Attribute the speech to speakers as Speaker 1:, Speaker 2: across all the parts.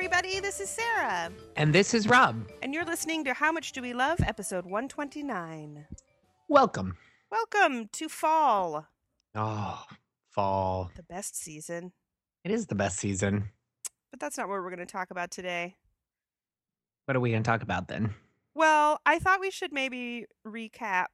Speaker 1: is Sarah,
Speaker 2: And this is Rob.
Speaker 1: and you're listening to How Much Do We Love, episode 129.
Speaker 2: Welcome.
Speaker 1: Welcome to fall,
Speaker 2: Oh, fall.
Speaker 1: the best season.
Speaker 2: It is the best season.
Speaker 1: But that's not what we're going to talk about today.
Speaker 2: What are we going to talk about then?
Speaker 1: Well, I thought we should maybe recap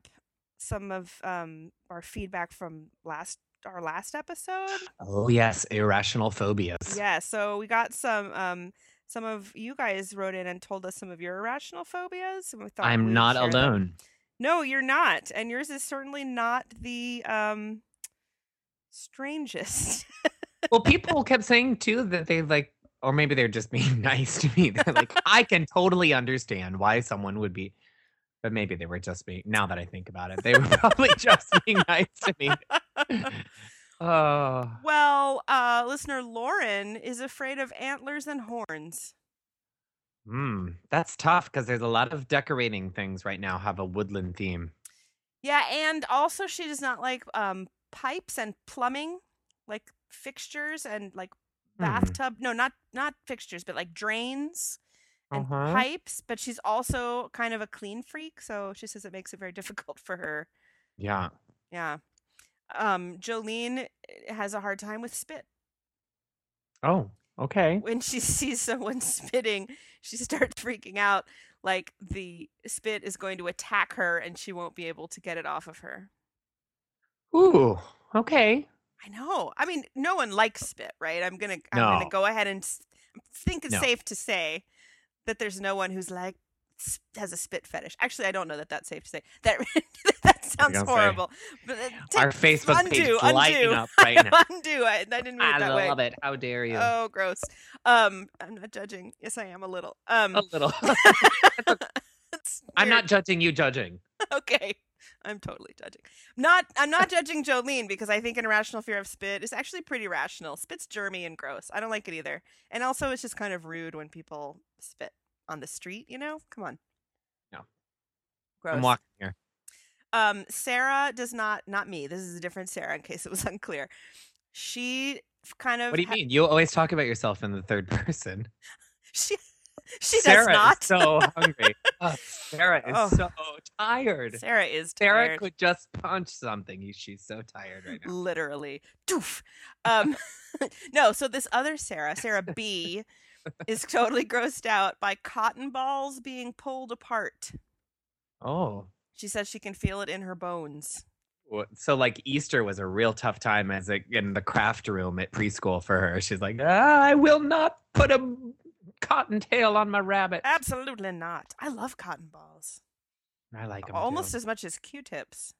Speaker 1: some of um, our feedback from last our last episode.
Speaker 2: Oh, yes, irrational phobias.
Speaker 1: Yeah, so we got some um some of you guys wrote in and told us some of your irrational phobias. And we thought we
Speaker 2: I'm
Speaker 1: would
Speaker 2: not
Speaker 1: share them.
Speaker 2: alone.
Speaker 1: No, you're not, and yours is certainly not the um strangest.
Speaker 2: well, people kept saying too that they like, or maybe they're just being nice to me. They're like, I can totally understand why someone would be, but maybe they were just being, now that I think about it, they were probably just being nice to me. Oh,
Speaker 1: well, uh listener Lauren is afraid of antlers and horns.
Speaker 2: mm, that's tough because there's a lot of decorating things right now have a woodland theme.
Speaker 1: Yeah, and also she does not like um pipes and plumbing, like fixtures and like
Speaker 2: Hmm.
Speaker 1: bathtub. No, not not fixtures, but like drains. and
Speaker 2: Uh-huh.
Speaker 1: pipes, but she's also kind of a clean freak, so she says it makes it very difficult for her.
Speaker 2: Yeah.
Speaker 1: Yeah. Um, Jolene eh, has a hard time with spit.
Speaker 2: Oh, okay.
Speaker 1: When she sees someone spitting, she starts freaking out like the spit is going to attack her and she won't be able to get it off of her.
Speaker 2: Ooh, okay.
Speaker 1: I know. I mean, no one likes spit, right? I'm going to I'm going
Speaker 2: No.
Speaker 1: to go ahead and s- I think it's
Speaker 2: No.
Speaker 1: safe to say that there's no one who's like s- has a spit fetish. Actually, I don't know that that's safe to say. That that sounds
Speaker 2: gonna say,
Speaker 1: horrible. But uh, take-
Speaker 2: Our Facebook
Speaker 1: undo,
Speaker 2: page lighting
Speaker 1: undo.
Speaker 2: up right now.
Speaker 1: undo. I, I didn't mean it
Speaker 2: I
Speaker 1: that way.
Speaker 2: love it. How dare you?
Speaker 1: Oh, gross. Um, I'm not judging. Yes, I am a little. Um,
Speaker 2: a little.
Speaker 1: it's weird.
Speaker 2: I'm not judging you judging.
Speaker 1: okay. I'm totally judging. Not. I'm not judging Jolene because I think an irrational fear of spit is actually pretty rational. Spit's germy and gross. I don't like it either. And also, it's just kind of rude when people spit on the street. You know, come on.
Speaker 2: No.
Speaker 1: Gross.
Speaker 2: I'm walking here.
Speaker 1: um sarah does not not me this is a different sarah in case it was unclear she f- kind of
Speaker 2: What do you
Speaker 1: ha-
Speaker 2: mean? You always talk about yourself in the third person.
Speaker 1: she she
Speaker 2: Sarah
Speaker 1: does not
Speaker 2: Is so hungry. Oh, Sarah is
Speaker 1: Oh.
Speaker 2: so tired.
Speaker 1: sarah is
Speaker 2: Sarah
Speaker 1: tired,
Speaker 2: could just punch something. She's so tired right now.
Speaker 1: literally doof um no so this other sarah sarah b is totally grossed out by cotton balls being pulled apart
Speaker 2: Oh.
Speaker 1: she says she can feel it in her bones
Speaker 2: Wha- So like Easter was a real tough time as a, in the craft room at preschool for her. She's like, ah, I will not put a cottontail on my rabbit.
Speaker 1: absolutely not i love cotton balls
Speaker 2: I like them
Speaker 1: almost as much as q-tips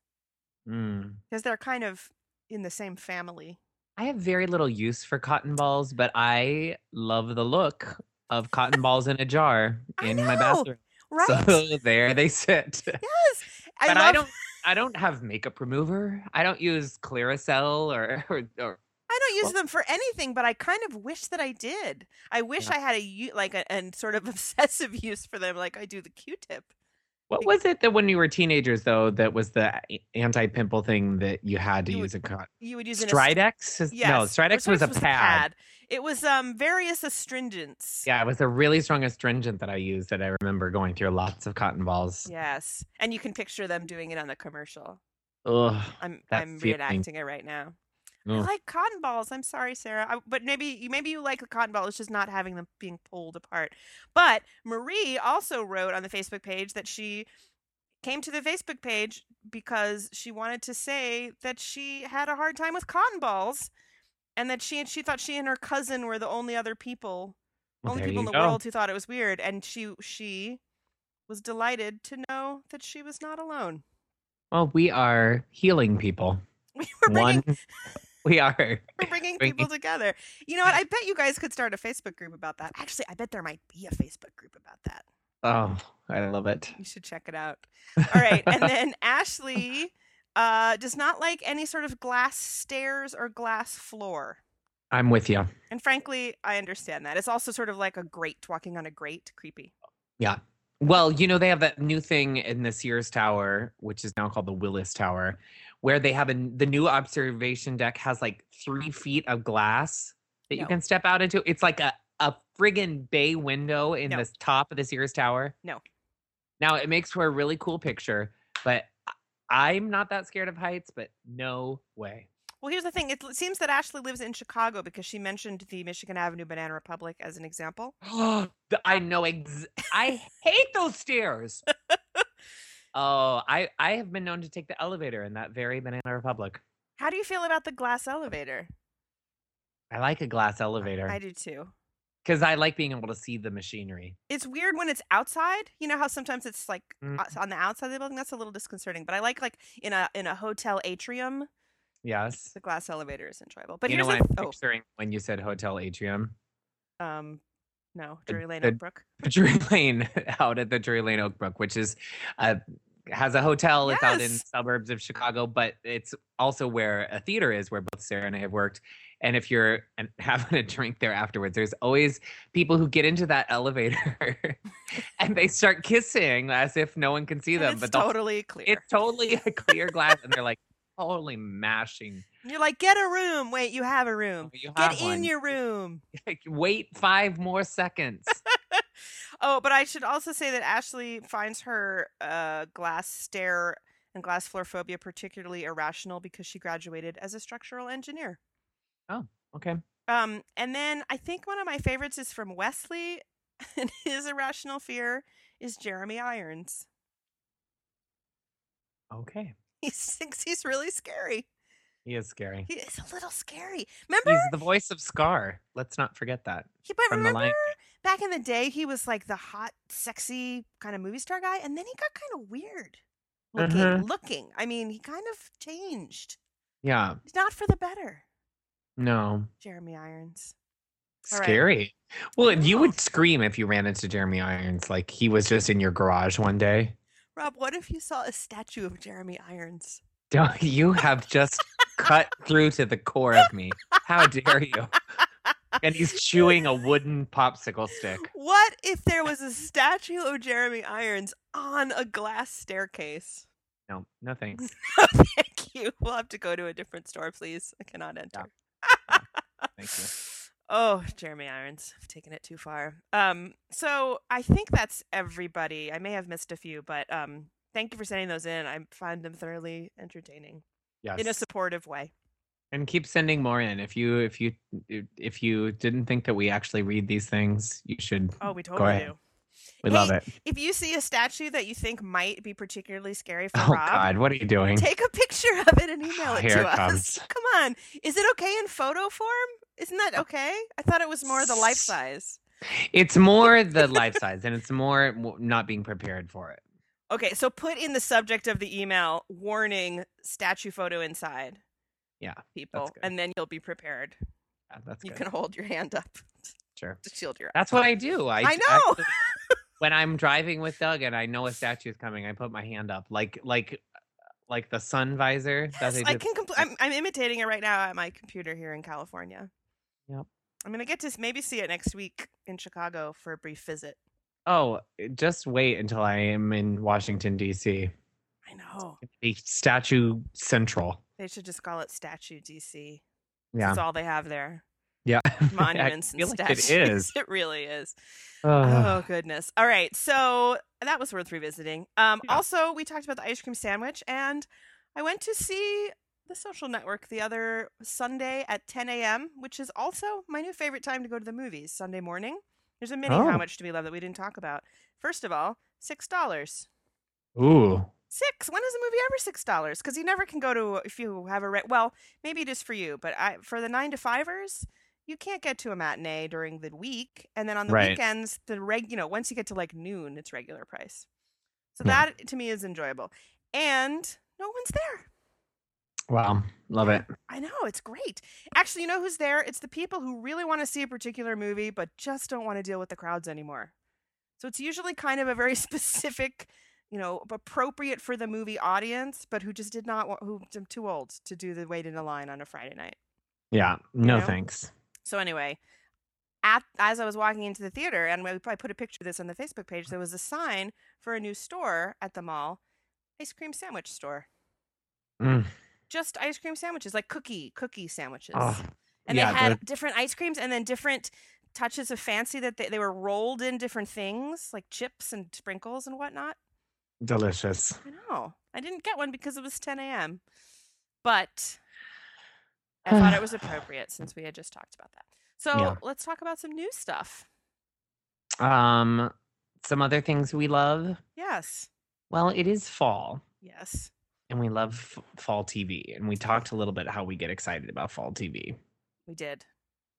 Speaker 2: Mm.
Speaker 1: because they're kind of in the same family
Speaker 2: I have very little use for cotton balls, but I love the look of cotton balls in a jar
Speaker 1: I
Speaker 2: in my
Speaker 1: know,
Speaker 2: bathroom.
Speaker 1: right
Speaker 2: So there they sit.
Speaker 1: Yes. I
Speaker 2: but
Speaker 1: love,
Speaker 2: I don't. I don't have makeup remover. I don't use Claracel or or. or
Speaker 1: I don't use
Speaker 2: well-
Speaker 1: them for anything, but I kind of wish that I did. I wish
Speaker 2: Yeah.
Speaker 1: I had a u- like a and sort of obsessive use for them, like I do the Q-tip.
Speaker 2: what was it that when you were teenagers though that was the anti pimple thing that you had to
Speaker 1: You would
Speaker 2: use a cotton?
Speaker 1: You would use an est-
Speaker 2: Stridex? Is-
Speaker 1: Yes.
Speaker 2: No,
Speaker 1: or
Speaker 2: Stridex
Speaker 1: sort
Speaker 2: was
Speaker 1: of
Speaker 2: a
Speaker 1: supposed
Speaker 2: pad.
Speaker 1: to It was um various astringents.
Speaker 2: Yeah, it was a really strong astringent that I used that I remember going through lots of cotton balls.
Speaker 1: Yes, and you can picture them doing it on the commercial.
Speaker 2: Ugh.
Speaker 1: I'm
Speaker 2: That
Speaker 1: I'm
Speaker 2: feeling.
Speaker 1: reenacting it right now. I
Speaker 2: Ugh.
Speaker 1: like cotton balls. I'm sorry, Sarah, I, but maybe you maybe you like the cotton ball. It's just not having them being pulled apart. But Marie also wrote on the Facebook page that she came to the Facebook page because she wanted to say that she had a hard time with cotton balls, and that she and she thought she and her cousin were the only other people,
Speaker 2: Well,
Speaker 1: only
Speaker 2: there
Speaker 1: people in
Speaker 2: you
Speaker 1: the
Speaker 2: go.
Speaker 1: world who thought it was weird. And she she was delighted to know that she was not alone.
Speaker 2: Well, we are healing people.
Speaker 1: We were bringing
Speaker 2: One, we are.
Speaker 1: We're bringing
Speaker 2: Bringing-
Speaker 1: people together. You know what? I bet you guys could start a Facebook group about that. Actually, I bet there might be a Facebook group about that.
Speaker 2: Oh, I love it.
Speaker 1: You should check it out. All right. And then Ashley uh, does not like any sort of glass stairs or glass floor.
Speaker 2: I'm with you.
Speaker 1: And frankly, I understand that. It's also sort of like a grate, walking on a grate, creepy.
Speaker 2: Well, you know, they have that new thing in the Sears Tower, which is now called the Willis Tower, where they have a, n- the new observation deck has like three feet of glass that
Speaker 1: No.
Speaker 2: you can step out into. It's like a a friggin' bay window in
Speaker 1: No.
Speaker 2: the top of the Sears Tower?
Speaker 1: No.
Speaker 2: Now it makes for a really cool picture, but I- I'm not that scared of heights, but no way.
Speaker 1: Well, here's the thing. It l- seems that Ashley lives in Chicago because she mentioned the Michigan Avenue Banana Republic as an example.
Speaker 2: Oh, The- I know ex- I hate those stairs. oh, I I have been known to take the elevator in that very Banana Republic.
Speaker 1: How do you feel about the glass elevator?
Speaker 2: I like a glass elevator
Speaker 1: I do too.
Speaker 2: because I like being able to see the machinery.
Speaker 1: It's weird when it's outside. You know how sometimes it's like
Speaker 2: Mm.
Speaker 1: outs- on the outside of the building. That's a little disconcerting. But I like like in a in a hotel atrium,
Speaker 2: Yes.
Speaker 1: the glass elevator is enjoyable. But
Speaker 2: you know
Speaker 1: here's
Speaker 2: what
Speaker 1: the
Speaker 2: I'm
Speaker 1: th-
Speaker 2: picturing when you said hotel atrium?
Speaker 1: oh um no
Speaker 2: The-
Speaker 1: Drury Lane
Speaker 2: the-
Speaker 1: Oak Brook.
Speaker 2: Drury Lane out at the Drury Lane Oak Brook, which is uh, has a hotel. It's out in
Speaker 1: Yes.
Speaker 2: suburbs of Chicago, but it's also where a theater is, where both Sarah and I have worked. And if you're an, having a drink there afterwards, there's always people who get into that elevator and they start kissing as if no one can see
Speaker 1: And
Speaker 2: them.
Speaker 1: it's
Speaker 2: but the-
Speaker 1: totally clear.
Speaker 2: it's totally a clear glass, and they're like, "Holy mashing!
Speaker 1: You're like get a room. Wait, you have a room.
Speaker 2: You have
Speaker 1: Get in
Speaker 2: one.
Speaker 1: your room.
Speaker 2: Wait five more seconds."
Speaker 1: Oh, but I should also say that Ashley finds her uh, glass stair and glass floor phobia particularly irrational because she graduated as a structural engineer.
Speaker 2: okay.
Speaker 1: Um, and then I think one of my favorites is from Wesley, and his irrational fear is Jeremy Irons.
Speaker 2: Okay.
Speaker 1: He thinks he's really scary.
Speaker 2: He is scary.
Speaker 1: He is a little scary. Remember?
Speaker 2: He's the voice of Scar. Let's not forget that
Speaker 1: he, but
Speaker 2: from the
Speaker 1: remember
Speaker 2: Lion.
Speaker 1: back in the day, he was like the hot, sexy kind of movie star guy, and then he got kind of weird looking.
Speaker 2: Mhm.
Speaker 1: Looking, I mean, he kind of changed.
Speaker 2: King. Yeah.
Speaker 1: not for the better,
Speaker 2: No.
Speaker 1: Jeremy Irons. All right.
Speaker 2: Scary. Well, and you would scream if you ran into Jeremy Irons, like he was just in your garage one day.
Speaker 1: Rob, what if you saw a statue of Jeremy Irons?
Speaker 2: Don't- You have just cut through to the core of me. How dare you? And he's chewing a wooden popsicle stick.
Speaker 1: What if there was a statue of Jeremy Irons on a glass staircase?
Speaker 2: No, no thanks.
Speaker 1: Thank you. We'll have to go to a different store, please. I cannot enter.
Speaker 2: Thank you.
Speaker 1: Oh, Jeremy Irons. I've taken it too far. Um, so I think that's everybody. I may have missed a few, but um, thank you for sending those in. I find them thoroughly entertaining
Speaker 2: Yes.
Speaker 1: in a supportive way.
Speaker 2: and keep sending more in. If you if you if you didn't think that we actually read these things, you should.
Speaker 1: Oh, we totally
Speaker 2: ahead.
Speaker 1: do.
Speaker 2: we love
Speaker 1: hey,
Speaker 2: it.
Speaker 1: If you see a statue that you think might be particularly scary for
Speaker 2: Oh
Speaker 1: Rob,
Speaker 2: God, what are you doing?
Speaker 1: take a picture of it and email it
Speaker 2: Here
Speaker 1: to
Speaker 2: it
Speaker 1: us.
Speaker 2: comes.
Speaker 1: Come on. Is it okay in photo form? Isn't that okay? I thought it was more the life size.
Speaker 2: It's more the life size, and it's more w- not being prepared for it.
Speaker 1: Okay, so put in the subject of the email warning statue photo inside.
Speaker 2: Yeah,
Speaker 1: People,
Speaker 2: good.
Speaker 1: and then you'll be prepared.
Speaker 2: Yeah, Uh, that's
Speaker 1: You
Speaker 2: good.
Speaker 1: can hold your hand up
Speaker 2: sure.
Speaker 1: to shield your eyes.
Speaker 2: That's what I do. I,
Speaker 1: I
Speaker 2: d-
Speaker 1: know.
Speaker 2: actually, when I'm driving with Doug and I know a statue is coming, I put my hand up, like like like the sun visor. that
Speaker 1: Yes,
Speaker 2: they
Speaker 1: I
Speaker 2: do.
Speaker 1: can. Compl- I'm, I'm imitating it right now at my computer here in California.
Speaker 2: Yep.
Speaker 1: I'm gonna get to s- maybe see it next week in Chicago for a brief visit.
Speaker 2: Oh, just wait until I am in Washington D.C.
Speaker 1: I know.
Speaker 2: The statue central.
Speaker 1: They should just call it Statue DC.
Speaker 2: Yeah,
Speaker 1: That's all they have there.
Speaker 2: yeah. I
Speaker 1: Monuments
Speaker 2: feel
Speaker 1: and
Speaker 2: like
Speaker 1: statues.
Speaker 2: It is. Ah,
Speaker 1: It really is.
Speaker 2: Ugh.
Speaker 1: Oh goodness. All right. So that was worth revisiting. Um
Speaker 2: Yeah.
Speaker 1: also we talked about the ice cream sandwich and I went to see the social network the other Sunday at ten AM, which is also my new favorite time to go to the movies, Sunday morning. There's a mini
Speaker 2: Oh.
Speaker 1: how much to be loved that we didn't talk about. First of all, six dollars. Oh.
Speaker 2: Ooh.
Speaker 1: Six. When is a movie ever six dollars? Because you never can go to if you have a re- well, maybe it is for you, but I for the nine to fivers, you can't get to a matinee during the week, and then on the
Speaker 2: Right.
Speaker 1: weekends, the reg you know once you get to like noon, it's regular price. So
Speaker 2: Yeah.
Speaker 1: that to me is enjoyable, and no one's there.
Speaker 2: Wow. Love it.
Speaker 1: I know it's great. Actually, you know who's there? It's the people who really want to see a particular movie but just don't want to deal with the crowds anymore. So it's usually kind of a very specific, you know, appropriate for the movie audience, but who just did not want, who I'm too old to do the wait in a line on a Friday night.
Speaker 2: Yeah. No
Speaker 1: know?
Speaker 2: thanks.
Speaker 1: So anyway, at as I was walking into the theater, and we I put a picture of this on the Facebook page, there was a sign for a new store at the mall, ice cream sandwich store.
Speaker 2: Mm.
Speaker 1: Just ice cream sandwiches, like cookie cookie sandwiches.
Speaker 2: Oh,
Speaker 1: and
Speaker 2: yeah,
Speaker 1: they had
Speaker 2: the-
Speaker 1: different ice creams and then different touches of fancy that they, they were rolled in different things like chips and sprinkles and whatnot.
Speaker 2: Delicious.
Speaker 1: I know. I didn't get one because it was 10 a.m. But I thought it was appropriate since we had just talked about that. So
Speaker 2: Yeah.
Speaker 1: let's talk about some new stuff.
Speaker 2: Um, some other things we love.
Speaker 1: Yes.
Speaker 2: Well, it is fall,
Speaker 1: Yes.
Speaker 2: and we love f- fall TV, and we talked a little bit how we get excited about fall TV.
Speaker 1: We did.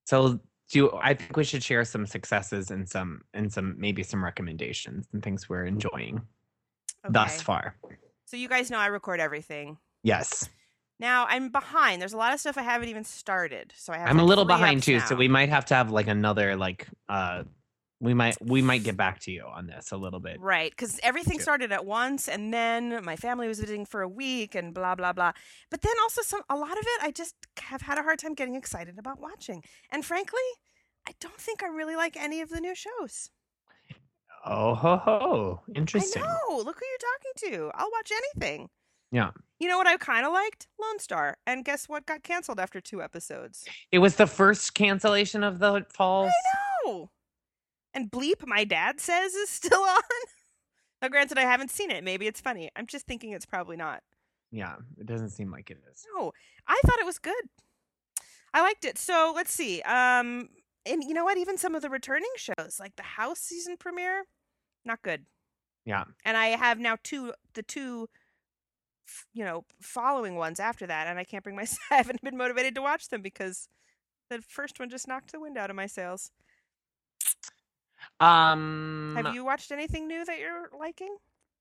Speaker 2: So, do I think we should share some successes and some and some maybe some recommendations and things we're enjoying thus
Speaker 1: Okay.
Speaker 2: far?
Speaker 1: So you guys know I record everything.
Speaker 2: Yes,
Speaker 1: Now I'm behind. There's a lot of stuff I haven't even started. So I have
Speaker 2: I'm a
Speaker 1: like,
Speaker 2: little
Speaker 1: three
Speaker 2: behind
Speaker 1: ups
Speaker 2: too, so
Speaker 1: now.
Speaker 2: we might have to have like another like uh, we might we might get back to you on this a little bit.
Speaker 1: Right, because everything
Speaker 2: Sure.
Speaker 1: started at once, and then my family was visiting for a week, and blah blah blah. But then also some a lot of it, I just have had a hard time getting excited about watching, and frankly, I don't think I really like any of the new shows.
Speaker 2: Oh ho ho!
Speaker 1: I
Speaker 2: Interesting.
Speaker 1: know. Look who you're talking to. I'll watch anything.
Speaker 2: Yeah.
Speaker 1: You know what I kind of liked? Lone Star, and guess what got canceled after two episodes?
Speaker 2: It was the first cancellation of the fall.
Speaker 1: No. And Bleep, my dad says, is still on. now, granted, I haven't seen it. Maybe it's funny. I'm just thinking it's probably not.
Speaker 2: Yeah, it doesn't seem like it is.
Speaker 1: No, I thought it was good. I liked it. So let's see. Um, and you know what? Even some of the returning shows, like the House season premiere, not good.
Speaker 2: Yeah.
Speaker 1: And I have now two, the two, f- you know, following ones after that, and I can't bring myself. I haven't been motivated to watch them because the first one just knocked the wind out of my sails.
Speaker 2: Um,
Speaker 1: Have you watched anything new that you're liking?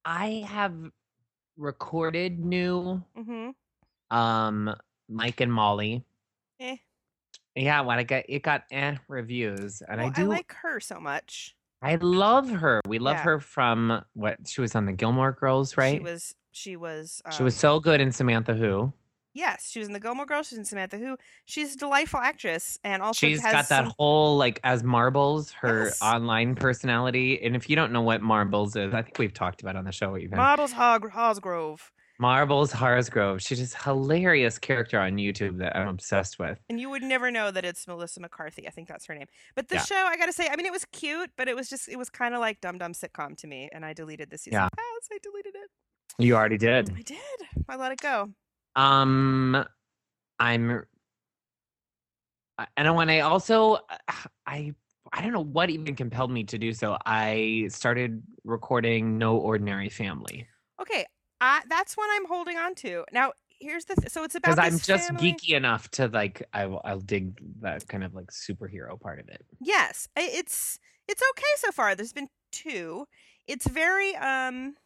Speaker 2: I have recorded new
Speaker 1: Mm-hmm.
Speaker 2: um Mike and Molly.
Speaker 1: Eh.
Speaker 2: Yeah, when I got it got eh reviews, and I
Speaker 1: well,
Speaker 2: do. I,
Speaker 1: like her so much.
Speaker 2: love her. We love
Speaker 1: Yeah.
Speaker 2: her from what she was on the Gilmore Girls, right?
Speaker 1: She was. She was. Um,
Speaker 2: She was so good in Samantha Who.
Speaker 1: Yes, she was in the Gilmore Girls. She's in Samantha Who. She's a delightful actress, and also
Speaker 2: She's
Speaker 1: has
Speaker 2: got that
Speaker 1: some-
Speaker 2: whole like as Marbles, her
Speaker 1: Yes.
Speaker 2: online personality. And if you don't know what Marbles is, I think we've talked about it on the show even.
Speaker 1: Marbles Hog- Hosgrove.
Speaker 2: Marbles Harsgrove. She's just hilarious character on YouTube that I'm obsessed with.
Speaker 1: And you would never know that it's Melissa McCarthy. I think that's her name. But the
Speaker 2: Yeah.
Speaker 1: show, I gotta say, I mean, it was cute, but it was just, it was kind of like Dum Dum sitcom to me. And I deleted the season
Speaker 2: Yeah.
Speaker 1: pass. I deleted it.
Speaker 2: You already did.
Speaker 1: I did. I let it go.
Speaker 2: Um, I'm, I- and when I also, I, I don't know what even compelled me to do so. I started recording No Ordinary Family
Speaker 1: Okay, I, that's one I'm holding on to. Now, here's the. Th- so it's about
Speaker 2: because I'm
Speaker 1: this
Speaker 2: just
Speaker 1: family-
Speaker 2: geeky enough to like. I will. I'll dig that kind of like superhero part of it.
Speaker 1: Yes, I- it's it's okay so far. There's been two. It's very um,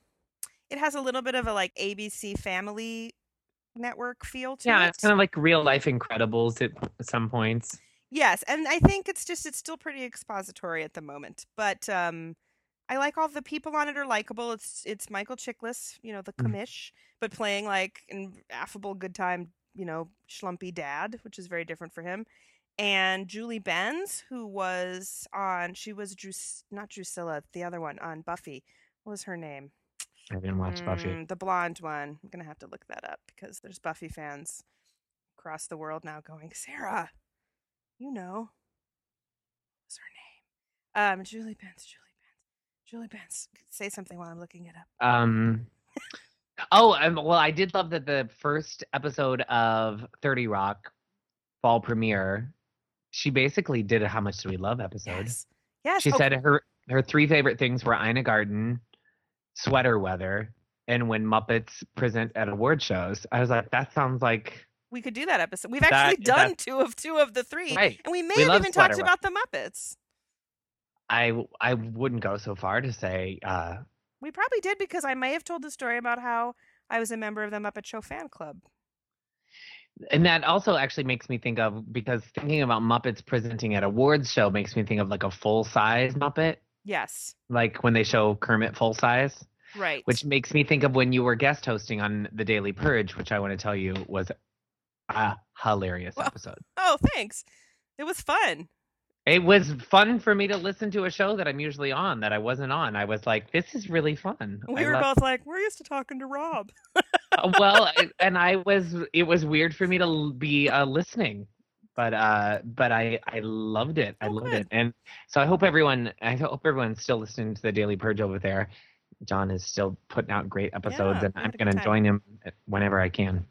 Speaker 1: it has a little bit of a like ABC Family Network feel to
Speaker 2: Yeah,
Speaker 1: it.
Speaker 2: it's kind of like real life Incredibles at some points.
Speaker 1: yes, and I think it's just it's still pretty expository at the moment, but um, I like all the people on it are likable. It's it's Michael Chiklis, you know the
Speaker 2: Mm.
Speaker 1: commish, but playing like an affable, good time, you know, schlumpy dad, which is very different for him. and Julie Benz, who was on, she was Drus- not Drusilla, the other one on Buffy. What was her name?
Speaker 2: I didn't watch Buffy.
Speaker 1: Mm, the blonde one. I'm gonna have to look that up because there's Buffy fans across the world now going, Sarah, you know, what's her name? Um, Julie Benz, Julie Benz, Julie Benz. Say something while I'm looking it up.
Speaker 2: Um. Oh, um, well, I did love that the first episode of Thirty Rock fall premiere. She basically did a "How Much Do We Love" episode.
Speaker 1: Yes, yes.
Speaker 2: She
Speaker 1: oh,
Speaker 2: said her her three favorite things were Ina Garten, sweater weather, and when Muppets present at award shows. I was like, that sounds like
Speaker 1: we could do that episode. We've
Speaker 2: That-
Speaker 1: actually
Speaker 2: that-
Speaker 1: done two of two of the three,
Speaker 2: right.
Speaker 1: and we may
Speaker 2: We
Speaker 1: have
Speaker 2: love
Speaker 1: even
Speaker 2: Sweater
Speaker 1: talked
Speaker 2: Weather.
Speaker 1: about the Muppets.
Speaker 2: I I wouldn't go so far to say uh,
Speaker 1: We probably did because I may have told the story about how I was a member of the Muppet Show fan club.
Speaker 2: and that also actually makes me think of because thinking about Muppets presenting at awards show makes me think of like a full size Muppet,
Speaker 1: Yes,
Speaker 2: like when they show Kermit full size,
Speaker 1: right.
Speaker 2: which makes me think of when you were guest hosting on the Daily Purge, which I want to tell you was a hilarious
Speaker 1: Well-
Speaker 2: episode.
Speaker 1: oh, thanks. It was fun.
Speaker 2: It was fun for me to listen to a show that I'm usually on that I wasn't on. I was like, this is really fun.
Speaker 1: We
Speaker 2: I
Speaker 1: were
Speaker 2: love-
Speaker 1: both like, we're used to talking to Rob.
Speaker 2: well, I- and I was, it was weird for me to l- be uh, listening but uh but i i loved it i
Speaker 1: Oh,
Speaker 2: loved
Speaker 1: good.
Speaker 2: it and so i hope everyone i hope everyone's still listening to the daily purge over there john is still putting out great episodes
Speaker 1: Yeah,
Speaker 2: and
Speaker 1: we
Speaker 2: i'm
Speaker 1: had a good
Speaker 2: gonna
Speaker 1: time.
Speaker 2: join him uh, whenever i can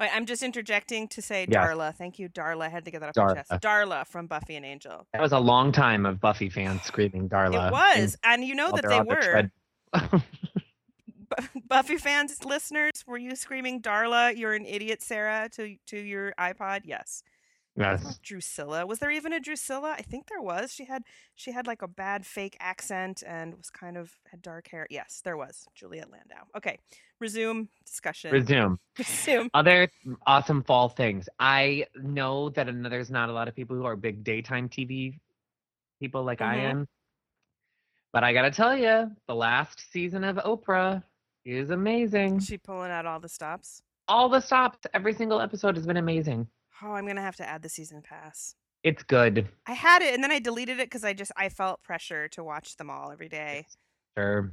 Speaker 1: Wait, I'm just interjecting to say
Speaker 2: Yeah.
Speaker 1: Darla. Thank you, Darla. I had to get that off my chest.
Speaker 2: Darla.
Speaker 1: Darla from Buffy and Angel.
Speaker 2: that was a long time of buffy fans screaming darla
Speaker 1: It was, and you know that they were. Bu- Buffy fans, listeners, were you screaming "Darla, you're an idiot, Sarah" to to your iPod? Yes. It's
Speaker 2: yes
Speaker 1: not Drusilla. Was there even a Drusilla? I think there was. She had she had like a bad fake accent and was kind of had dark hair. Yes, there was. Juliet Landau. Okay. Resume discussion.
Speaker 2: resume
Speaker 1: Resume.
Speaker 2: other awesome fall things. I know that an- there's not a lot of people who are big daytime TV people like I
Speaker 1: Mhm.
Speaker 2: am. But I gotta tell you, the last season of Oprah is amazing.
Speaker 1: She pulling out all the stops.
Speaker 2: All the stops, every single episode has been amazing.
Speaker 1: Oh, I'm gonna have to add the season pass.
Speaker 2: It's good.
Speaker 1: I had it and then I deleted it because I just I felt pressure to watch them all every day.
Speaker 2: Sure.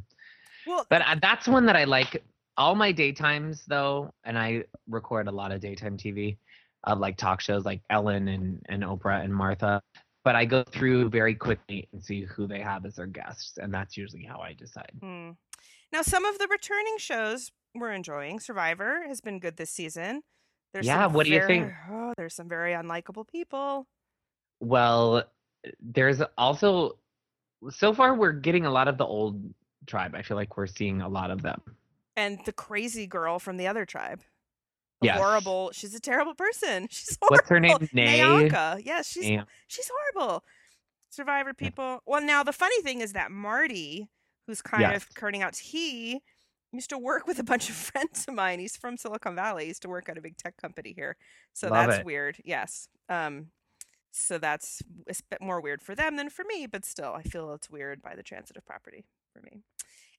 Speaker 1: Well,
Speaker 2: But I, that's one that I like. All my daytimes, though, and I record a lot of daytime TV, of like talk shows like Ellen and, and Oprah and Martha. But I go through very quickly and see who they have as their guests, and that's usually how I decide.
Speaker 1: hmm. now some of the returning shows we're enjoying. Survivor has been good this season. There's
Speaker 2: Yeah,
Speaker 1: some
Speaker 2: what do you
Speaker 1: very-
Speaker 2: think?
Speaker 1: Oh, there's some very unlikable people.
Speaker 2: Well, there's also so far we're getting a lot of the old tribe. I feel like we're seeing a lot of them.
Speaker 1: and the crazy girl from the other tribe. The
Speaker 2: Yes.
Speaker 1: Horrible. She's a terrible person. She's horrible.
Speaker 2: What's her name? Nay?
Speaker 1: Nayanka. Yes, Oh, she's
Speaker 2: Nay-
Speaker 1: she's horrible. Survivor people. Well, now the funny thing is that Marty, who's kind
Speaker 2: Yes.
Speaker 1: of turning out, he used to work with a bunch of friends of mine. He's from Silicon Valley. He used to work at a big tech company here. So
Speaker 2: Love
Speaker 1: that's
Speaker 2: it.
Speaker 1: weird. Yes. Um. So that's it's a bit more weird for them than for me, but still, I feel it's weird by the transitive property for me.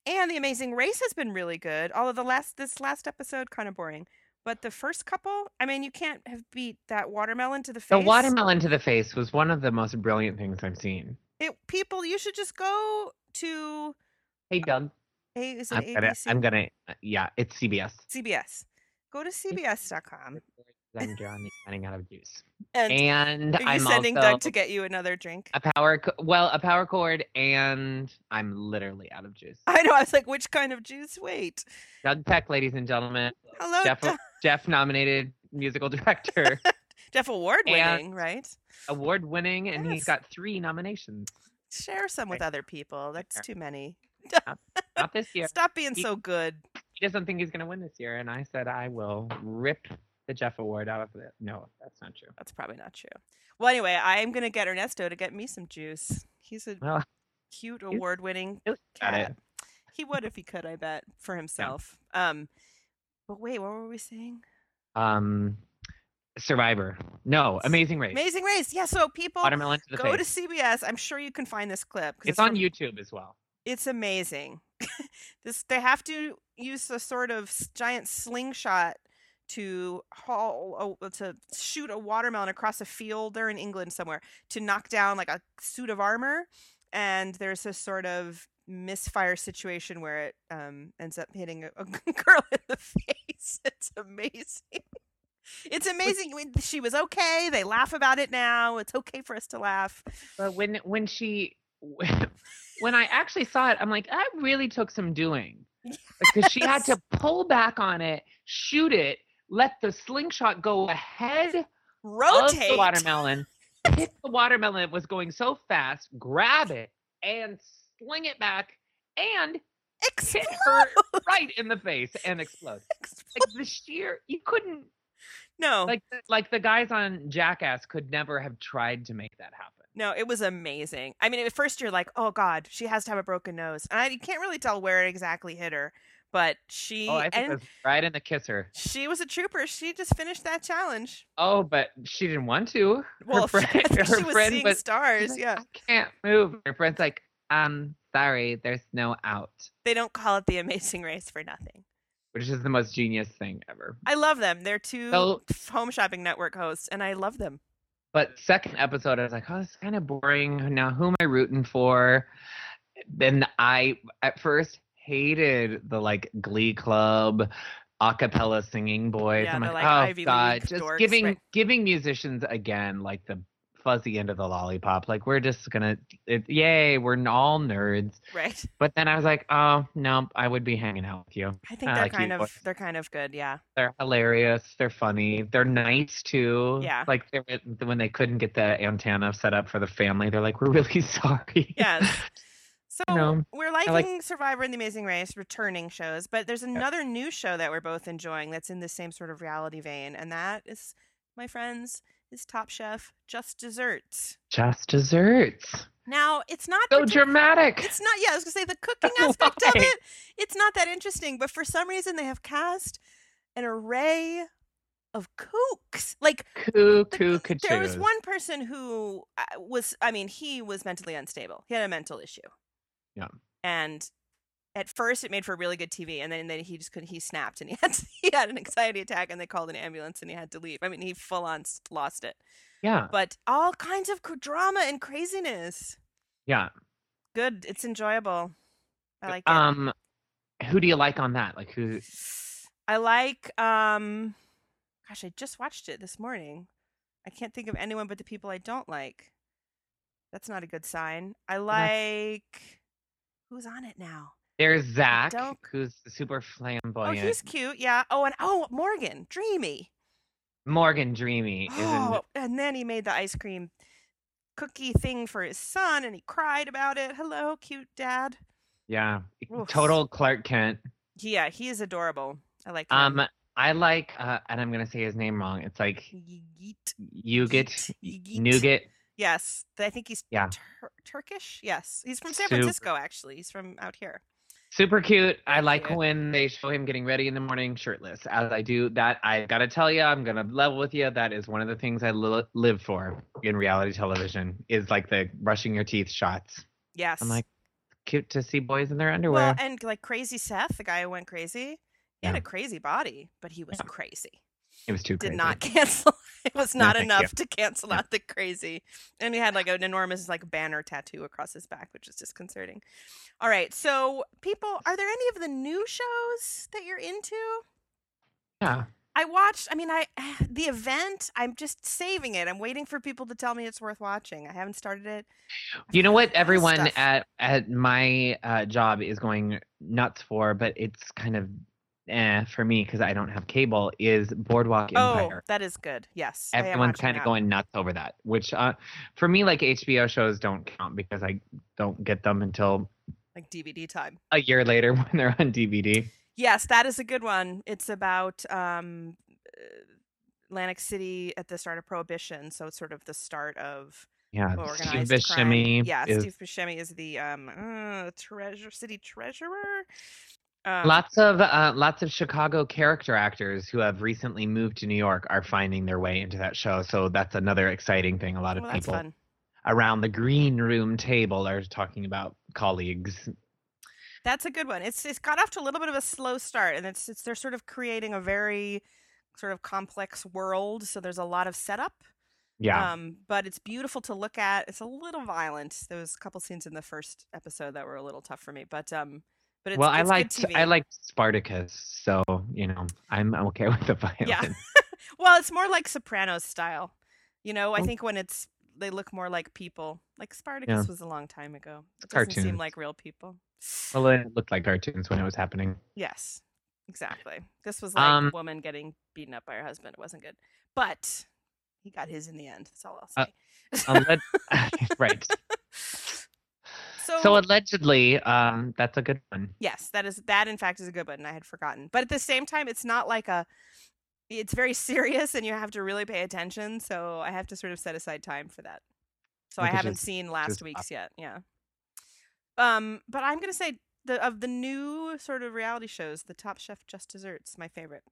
Speaker 1: And the Amazing Race has been really good. Although the last this last episode kind of boring, but the first couple, I mean, you can't have beat that watermelon to the
Speaker 2: The
Speaker 1: face.
Speaker 2: watermelon to the face was one of the most brilliant things I've seen.
Speaker 1: It, people, you should just go to
Speaker 2: Hey, Doug.
Speaker 1: a is it
Speaker 2: I'm gonna,
Speaker 1: ABC?
Speaker 2: I'm Mm, gonna, uh, yeah, it's CBS.
Speaker 1: CBS. Go to cbs.com.
Speaker 2: I'm drowning, running out of juice.
Speaker 1: Um, And,
Speaker 2: And
Speaker 1: are you
Speaker 2: I'm
Speaker 1: sending
Speaker 2: also
Speaker 1: Doug to get you another drink?
Speaker 2: a power, co- well, a power cord, and I'm literally out of juice.
Speaker 1: I know. I was like, which kind of juice? Wait.
Speaker 2: Doug Peck, ladies and gentlemen,
Speaker 1: Hello,
Speaker 2: Jeff,
Speaker 1: Oh, Doug.
Speaker 2: Jeff nominated musical director,
Speaker 1: Jeff Award
Speaker 2: and-
Speaker 1: winning, right?
Speaker 2: award winning, and he's
Speaker 1: Yes.
Speaker 2: got three nominations.
Speaker 1: Share some with
Speaker 2: Right.
Speaker 1: other people. That's
Speaker 2: Yeah.
Speaker 1: too many.
Speaker 2: Not this year.
Speaker 1: Stop being
Speaker 2: He-
Speaker 1: so good.
Speaker 2: He doesn't think he's gonna win this year, and I said I will rip the Jeff Award out of it. No, that's not true.
Speaker 1: That's probably not true. Well, anyway, I'm gonna get Ernesto to get me some juice. He's a
Speaker 2: Well,
Speaker 1: cute award winning
Speaker 2: he'll get
Speaker 1: cat.
Speaker 2: it.
Speaker 1: He would if he could, I bet, for himself. Um but wait, what were we saying?
Speaker 2: Um, Survivor. No, Amazing Race.
Speaker 1: Amazing Race. Yeah, so people
Speaker 2: Watermelon to the
Speaker 1: go
Speaker 2: face.
Speaker 1: to CBS. I'm sure you can find this clip. 'cause
Speaker 2: it's, on
Speaker 1: from-
Speaker 2: YouTube as well.
Speaker 1: It's amazing. this they have to use a sort of s- giant slingshot to haul a, to shoot a watermelon across a field. They're in England somewhere to knock down like a suit of armor, and there's this sort of misfire situation where it um, ends up hitting a, a girl in the face. It's amazing. It's amazing. when She was okay. They laugh about it now. It's okay for us to laugh.
Speaker 2: But when when she when I actually saw it, I'm like, that really took some doing because she had to pull back on it, shoot it, let the slingshot go ahead of the
Speaker 1: Rotate.
Speaker 2: watermelon, hit the watermelon that was going so fast, grab it and sling it back and
Speaker 1: Explode.
Speaker 2: hit her right in the face and explode. Like the sheer, you couldn't
Speaker 1: No.
Speaker 2: like the- like the guys on Jackass could never have tried to make that happen.
Speaker 1: No, it was amazing. I mean, at first you're like, "Oh God, she has to have a broken nose," and I you can't really tell where it exactly hit her, but she
Speaker 2: Oh, I think
Speaker 1: and
Speaker 2: that's right in the kisser.
Speaker 1: she was a trooper. She just finished that challenge.
Speaker 2: Oh, but she didn't want to.
Speaker 1: Well,
Speaker 2: her
Speaker 1: she-
Speaker 2: friend,
Speaker 1: I think
Speaker 2: her
Speaker 1: she was
Speaker 2: friend
Speaker 1: seeing
Speaker 2: was, she's
Speaker 1: stars.
Speaker 2: like, "Ah."
Speaker 1: yeah,
Speaker 2: I can't move. Her friend's like, um, sorry, there's no out,
Speaker 1: they don't call it the Amazing Race for nothing.
Speaker 2: which is the most genius thing ever.
Speaker 1: I love them. They're two
Speaker 2: So-
Speaker 1: f- home shopping network hosts, and I love them.
Speaker 2: But second episode, I was like, oh, it's kind of boring. Now, who am I rooting for? Then I, at first, hated the like Glee Club a cappella singing boys.
Speaker 1: Yeah,
Speaker 2: I'm
Speaker 1: they're
Speaker 2: like,
Speaker 1: like
Speaker 2: oh
Speaker 1: Ivy League
Speaker 2: god, just
Speaker 1: dorks,
Speaker 2: giving
Speaker 1: right.
Speaker 2: giving musicians again like the fuzzy end of the lollipop. Like we're just gonna, it, yay, we're n- all nerds.
Speaker 1: right?
Speaker 2: But then I was like, oh no, I would be hanging out with you.
Speaker 1: I think
Speaker 2: I
Speaker 1: they're
Speaker 2: like you
Speaker 1: kind of
Speaker 2: boys.
Speaker 1: they're kind of good. Yeah,
Speaker 2: They're hilarious. They're funny. They're nice too.
Speaker 1: Yeah.
Speaker 2: Like they were- when they couldn't get the antenna set up for the family, they're like, we're really sorry.
Speaker 1: yes. So
Speaker 2: know,
Speaker 1: we're
Speaker 2: like-
Speaker 1: liking Survivor and The Amazing Race, returning shows, but there's another new show that we're both enjoying that's in the same sort of reality vein, and that is, my friends, is Top Chef Just Desserts.
Speaker 2: Just desserts.
Speaker 1: Now it's not
Speaker 2: So
Speaker 1: partic-
Speaker 2: dramatic.
Speaker 1: It's not. Yeah, I was gonna say the cooking
Speaker 2: I
Speaker 1: aspect of
Speaker 2: lied.
Speaker 1: it. It's not that interesting, but for some reason they have cast an array of kooks. Like
Speaker 2: Cuckoo,
Speaker 1: the- there was
Speaker 2: cuckoos.
Speaker 1: one person who uh, was. I mean, he was mentally unstable. He had a mental issue.
Speaker 2: Yeah.
Speaker 1: And at first, it made for really good TV, and then, then he just couldn't. He snapped, and he had he had an anxiety attack, and they called an ambulance, and he had to leave. I mean, he full on s- lost it.
Speaker 2: Yeah.
Speaker 1: But all kinds of cr- drama and craziness.
Speaker 2: Yeah.
Speaker 1: Good. It's enjoyable. I like it.
Speaker 2: Um, who do you like on that? Like who?
Speaker 1: I like um gosh, I just watched it this morning. I can't think of anyone but the people I don't like. That's not a good sign. I like who's on it now?
Speaker 2: There's Zach,
Speaker 1: don't-
Speaker 2: who's super
Speaker 1: Oh,
Speaker 2: flamboyant.
Speaker 1: he's cute. Yeah. Oh, and oh, Morgan, dreamy.
Speaker 2: Morgan Dreamy is in
Speaker 1: Oh, and then he made the ice cream cookie thing for his son and he cried about it. Hello, cute dad.
Speaker 2: yeah,
Speaker 1: Oof.
Speaker 2: total Clark Kent.
Speaker 1: Yeah, he is adorable. I like him.
Speaker 2: Um, I like, uh, and I'm gonna say his name wrong. It's like
Speaker 1: Yeet.
Speaker 2: Yugit,
Speaker 1: Yeet, yeet.
Speaker 2: Nougat.
Speaker 1: Yes, th- I think he's
Speaker 2: Yeah.
Speaker 1: Tur- Turkish. Yes, he's from San
Speaker 2: Super.
Speaker 1: Francisco. Actually, he's from out here.
Speaker 2: Super cute. I
Speaker 1: Thank
Speaker 2: like
Speaker 1: you.
Speaker 2: when they show him getting ready in the morning shirtless. As I do that, I gotta tell you, I'm gonna level with you. That is one of the things I li- live for in reality television. Is like the brushing your teeth shots.
Speaker 1: Yes,
Speaker 2: I'm like, cute to see boys in their
Speaker 1: well,
Speaker 2: underwear.
Speaker 1: and like crazy Seth, the guy who went crazy. He had
Speaker 2: Yeah.
Speaker 1: a crazy body, but he was crazy.
Speaker 2: it was too
Speaker 1: Did
Speaker 2: crazy.
Speaker 1: not cancel. It was not
Speaker 2: thank you.
Speaker 1: enough to cancel
Speaker 2: No.
Speaker 1: out the crazy. And he had like an enormous like banner tattoo across his back, which is disconcerting. All right, so people, are there any of the new shows that you're into?
Speaker 2: Yeah.
Speaker 1: I watched. I mean, I the event. I'm just saving it. I'm waiting for people to tell me it's worth watching. I haven't started it. I've
Speaker 2: You know
Speaker 1: got
Speaker 2: what
Speaker 1: a lot of
Speaker 2: everyone
Speaker 1: stuff.
Speaker 2: at at my uh, job is going nuts for, but it's kind of eh for me because I don't have cable. Is Boardwalk
Speaker 1: oh,
Speaker 2: Empire.
Speaker 1: that is good. Yes, I am
Speaker 2: Everyone's
Speaker 1: watching
Speaker 2: kind of
Speaker 1: that.
Speaker 2: going nuts over that, which uh, for me, like HBO shows don't count because I don't get them until
Speaker 1: like DVD time.
Speaker 2: a year later when they're on DVD.
Speaker 1: Yes, that is a good one. It's about um, uh, Atlantic City at the start of Prohibition, so it's sort of the start of
Speaker 2: Yeah, Uh, Steve
Speaker 1: organized crime.
Speaker 2: Buscemi
Speaker 1: Yeah,
Speaker 2: is
Speaker 1: Steve Buscemi is the um, uh, treasure city treasurer. Um,
Speaker 2: Lots of uh, lots of Chicago character actors who have recently moved to New York are finding their way into that show. So that's another exciting thing. A lot of
Speaker 1: well, oh, that's
Speaker 2: people
Speaker 1: fun.
Speaker 2: around the green room table are talking about colleagues.
Speaker 1: That's a good one. It's it's got off to a little bit of a slow start, and it's it's they're sort of creating a very sort of complex world. So there's a lot of setup,
Speaker 2: Yeah,
Speaker 1: um, but it's beautiful to look at. It's a little violent. There was a couple scenes in the first episode that were a little tough for me, but um, but it's,
Speaker 2: well, I
Speaker 1: it's
Speaker 2: liked
Speaker 1: good TV.
Speaker 2: I liked Spartacus, so you know I'm okay with the violence.
Speaker 1: Well, it's more like Sopranos style, you know.
Speaker 2: Oh.
Speaker 1: I think when it's they look more like people. Like Spartacus was a long time ago. It doesn't seem
Speaker 2: cartoons.
Speaker 1: like real people.
Speaker 2: Although it looked like cartoons when it was happening.
Speaker 1: Yes, exactly. This was like
Speaker 2: Um,
Speaker 1: a woman getting beaten up by her husband. It wasn't good, but he got his in the end. That's all I'll
Speaker 2: Uh,
Speaker 1: say.
Speaker 2: Alleg- right.
Speaker 1: so,
Speaker 2: So allegedly, um, that's a good one.
Speaker 1: yes, that is that. In fact, is a good one. and I had forgotten, but at the same time, it's not like a. It's very serious, and you have to really pay attention. So I have to sort of set aside time for that. So I
Speaker 2: Which is
Speaker 1: haven't
Speaker 2: just-
Speaker 1: seen last
Speaker 2: just
Speaker 1: week's yet. Yeah. Um, but I'm gonna say the of the new sort of reality shows, the Top Chef Just Desserts, my favorite.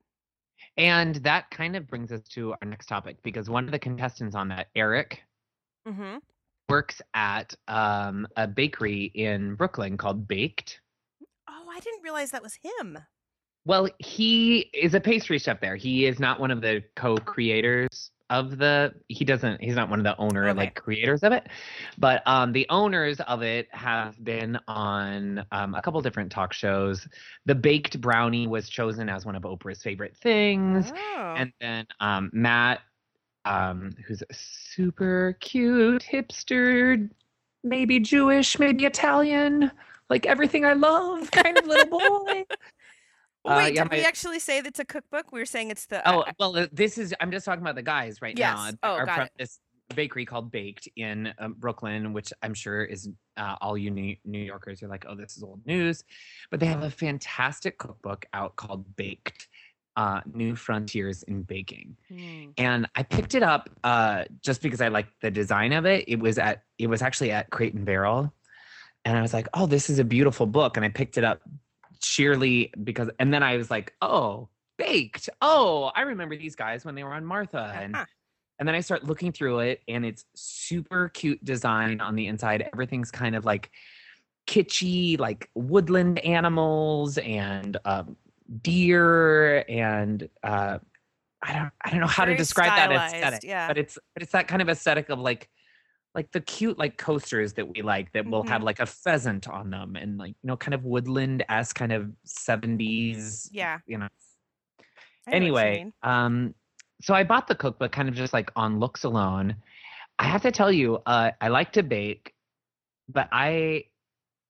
Speaker 2: And that kind of brings us to our next topic because one of the contestants on that, Eric,
Speaker 1: Mm-hmm.
Speaker 2: works at um, a bakery in Brooklyn called Baked.
Speaker 1: Oh, I didn't realize that was him.
Speaker 2: Well, he is a pastry chef there. He is not one of the co creators of the he doesn't he's not one of the owner
Speaker 1: Okay.
Speaker 2: like creators of it but um the owners of it have been on um, a couple different talk shows the baked brownie was chosen as one of oprah's favorite things
Speaker 1: Oh.
Speaker 2: and then um matt um who's a super cute hipster maybe jewish maybe italian like everything i love kind of little boy
Speaker 1: Oh,
Speaker 2: uh,
Speaker 1: Wait,
Speaker 2: yeah,
Speaker 1: did
Speaker 2: my-
Speaker 1: we actually say that's a cookbook? We were saying it's the
Speaker 2: Oh
Speaker 1: I- I-
Speaker 2: well, uh, this is. I'm just talking about the guys right now.
Speaker 1: Yes.
Speaker 2: that
Speaker 1: Oh,
Speaker 2: are
Speaker 1: got
Speaker 2: from
Speaker 1: it.
Speaker 2: this bakery called Baked in um, Brooklyn, which I'm sure is uh, all you New-, New Yorkers are like, oh, this is old news, but they have a fantastic cookbook out called Baked: uh, New Frontiers in Baking,
Speaker 1: Hmm.
Speaker 2: and I picked it up uh, just because I liked the design of it. It was at. It was actually at Crate and Barrel, and I was like, oh, this is a beautiful book, and I picked it up sheerly because, and then I was like, oh baked. Oh, I remember these guys when they were on Martha. And
Speaker 1: Uh-huh.
Speaker 2: and then I start looking through it and it's super cute design on the inside. Everything's kind of like kitschy, like woodland animals and um, deer and uh, I don't I don't know how
Speaker 1: Very
Speaker 2: to describe that
Speaker 1: stylized,
Speaker 2: aesthetic.
Speaker 1: yeah.
Speaker 2: But it's but it's that kind of aesthetic of like like the cute like coasters that we like that will
Speaker 1: Mm-hmm.
Speaker 2: have like a pheasant on them and like you know kind of woodland esque kind of 70s
Speaker 1: yeah.
Speaker 2: you
Speaker 1: I
Speaker 2: know
Speaker 1: know what you
Speaker 2: anyway
Speaker 1: mean.
Speaker 2: um so i bought the cookbook kind of just like on looks alone i have to tell you uh i like to bake but i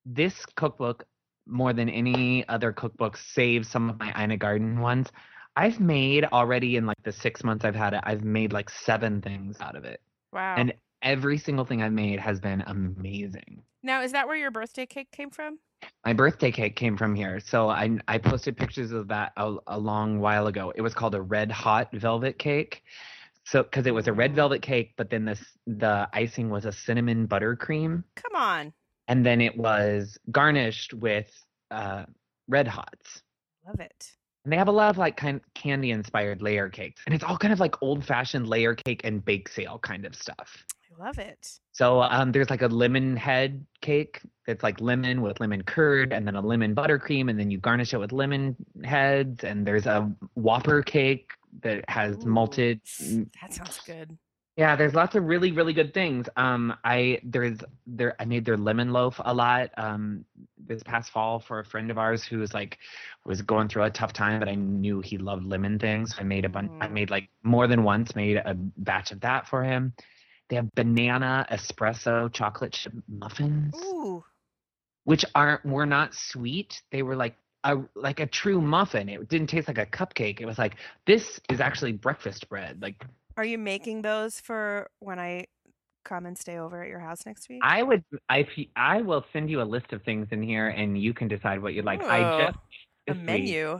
Speaker 2: this cookbook more than any other cookbook save some of my ina garden ones i've made already in like the six months i've had it i've made like seven things out of it
Speaker 1: Wow.
Speaker 2: and every single thing i've made has been amazing
Speaker 1: now is that where your birthday cake came from?
Speaker 2: my birthday cake came from here. So I I posted pictures of that a, a long while ago. It was called a red hot velvet cake. So cuz it was a red
Speaker 1: Ooh.
Speaker 2: velvet cake, but then this the icing was a cinnamon buttercream
Speaker 1: Come on.
Speaker 2: and then it was garnished with uh red hots.
Speaker 1: Love it.
Speaker 2: And they have a lot of like kind candy inspired layer cakes. And it's all kind of like old fashioned layer cake and bake sale kind of stuff.
Speaker 1: I love it.
Speaker 2: So um, there's like a lemon head cake that's like lemon with lemon curd and then a lemon buttercream and then you garnish it with lemon heads and there's a whopper cake that has
Speaker 1: Ooh,
Speaker 2: malted mm,
Speaker 1: That sounds good.
Speaker 2: yeah there's lots of really really good things um i there's there i made their lemon loaf a lot um this past fall for a friend of ours who was like was going through a tough time but i knew he loved lemon things so i made a bunch i
Speaker 1: Mm.
Speaker 2: made like more than once made a batch of that for him they have banana espresso chocolate chip muffins
Speaker 1: Ooh.
Speaker 2: which aren't were not sweet they were like a like a true muffin it didn't taste like a cupcake it was like this is actually breakfast bread like
Speaker 1: Are you making those for when I come and stay over at your house next week?
Speaker 2: I would, I, if you- I will send you a list of things in here, and you can decide what you'd like. I
Speaker 1: Ooh,
Speaker 2: just
Speaker 1: a
Speaker 2: this Week,
Speaker 1: menu.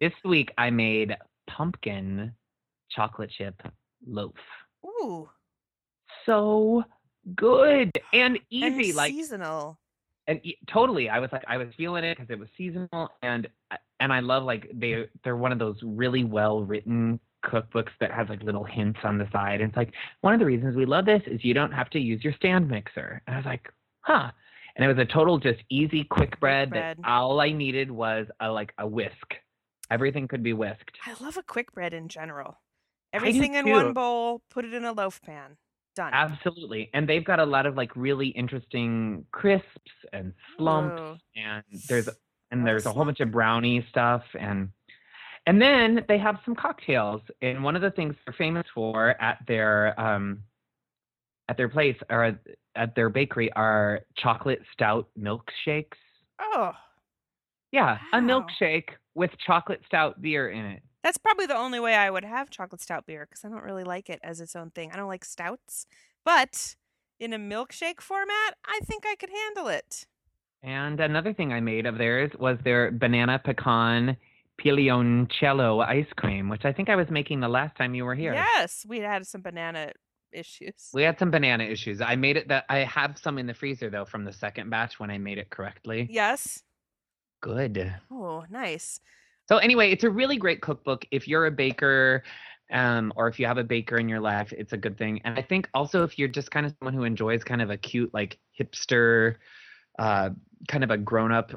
Speaker 2: this week I made pumpkin chocolate chip loaf.
Speaker 1: Ooh.
Speaker 2: So good and
Speaker 1: and
Speaker 2: easy, like
Speaker 1: seasonal.
Speaker 2: and e- totally. I was like, I was feeling it because it was seasonal, and uh, and I love like they they're one of those really well written cookbooks that has like little hints on the side. And it's like one of the reasons we love this is you don't have to use your stand mixer. And I was like, huh. And it was a total just easy quick bread,
Speaker 1: bread.
Speaker 2: that all I needed was a like a whisk. Everything could be whisked.
Speaker 1: I love a quick bread in general.
Speaker 2: do
Speaker 1: Everything in one
Speaker 2: too.
Speaker 1: bowl, put it in a loaf pan. Done.
Speaker 2: Absolutely. And they've got a lot of like really interesting crisps and slumps
Speaker 1: Ooh.
Speaker 2: and there's
Speaker 1: Oh,
Speaker 2: and there's a whole bunch
Speaker 1: slump.
Speaker 2: of brownie stuff and and then they have some cocktails and one of the things they're famous for at their um at their place or at their bakery are chocolate stout milkshakes
Speaker 1: Oh,
Speaker 2: yeah a
Speaker 1: Wow.
Speaker 2: milkshake with chocolate stout beer in it
Speaker 1: that's probably the only way I would have chocolate stout beer because I don't really like it as its own thing. I don't like stouts, but in a milkshake format, I think I could handle it.
Speaker 2: and another thing i made of theirs was their banana pecan Pilioncello ice cream, which I think I was making the last time you were here.
Speaker 1: Yes, we had some banana issues.
Speaker 2: We had some banana issues. I made it that I have some in the freezer though from the second batch when I made it correctly.
Speaker 1: Yes.
Speaker 2: Good.
Speaker 1: Oh, nice.
Speaker 2: So anyway, it's a really great cookbook if you're a baker um or if you have a baker in your life, it's a good thing. And I think also if you're just kind of someone who enjoys kind of a cute like hipster uh kind of a grown-up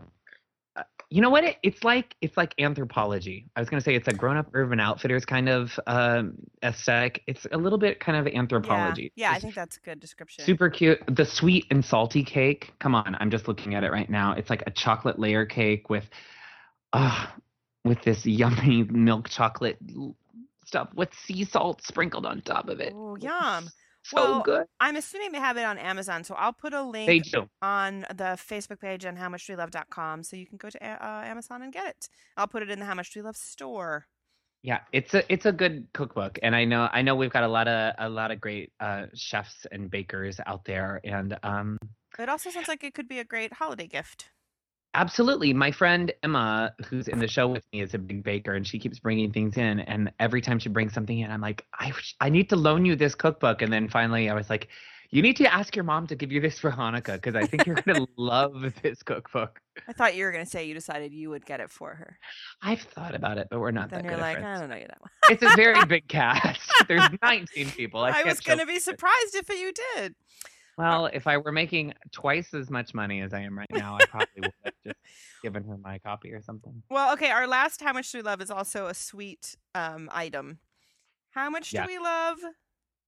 Speaker 2: uh, you know what? It, it's like it's like anthropology. I was gonna say it's a grown up Urban Outfitters kind of um, aesthetic. It's a little bit kind of anthropology.
Speaker 1: Yeah, yeah I
Speaker 2: It's
Speaker 1: think that's a good description.
Speaker 2: Super cute. The sweet and salty cake. Come on, I'm just looking at it right now. It's like a chocolate layer cake with, uh, with this yummy milk chocolate l- stuff with sea salt sprinkled on top of it.
Speaker 1: Oh, yum.
Speaker 2: So
Speaker 1: Well,
Speaker 2: good.
Speaker 1: I'm assuming they have it on Amazon, so I'll put a link
Speaker 2: They do.
Speaker 1: on the Facebook page on howmuchtreelove.com so you can go to a- uh, Amazon and get it. I'll put it in the How Much Tree Love store.
Speaker 2: Yeah, it's a it's a good cookbook, and I know I know we've got a lot of a lot of great uh, chefs and bakers out there, and um,
Speaker 1: It also sounds like it could be a great holiday gift.
Speaker 2: Absolutely. My friend Emma, who's in the show with me, is a big baker and she keeps bringing things in. And every time she brings something in, I'm like, I, sh- I need to loan you this cookbook. And then finally, I was like, you need to ask your mom to give you this for Hanukkah because I think you're going to love this cookbook.
Speaker 1: I thought you were going to say you decided you would get it for her.
Speaker 2: I've thought about it, but we're not
Speaker 1: Then
Speaker 2: that
Speaker 1: you're
Speaker 2: good of
Speaker 1: like, I
Speaker 2: friends.
Speaker 1: don't know you that well.
Speaker 2: It's a very big cast. There's 19 people. I,
Speaker 1: I,
Speaker 2: can't
Speaker 1: was
Speaker 2: show-
Speaker 1: going to be surprised if you did.
Speaker 2: Well, if I were making twice as much money as I am right now, I probably would have just given her my copy or something.
Speaker 1: Well, okay, our last How Much Do We Love is also a sweet um, item. How much
Speaker 2: Yeah.
Speaker 1: do we love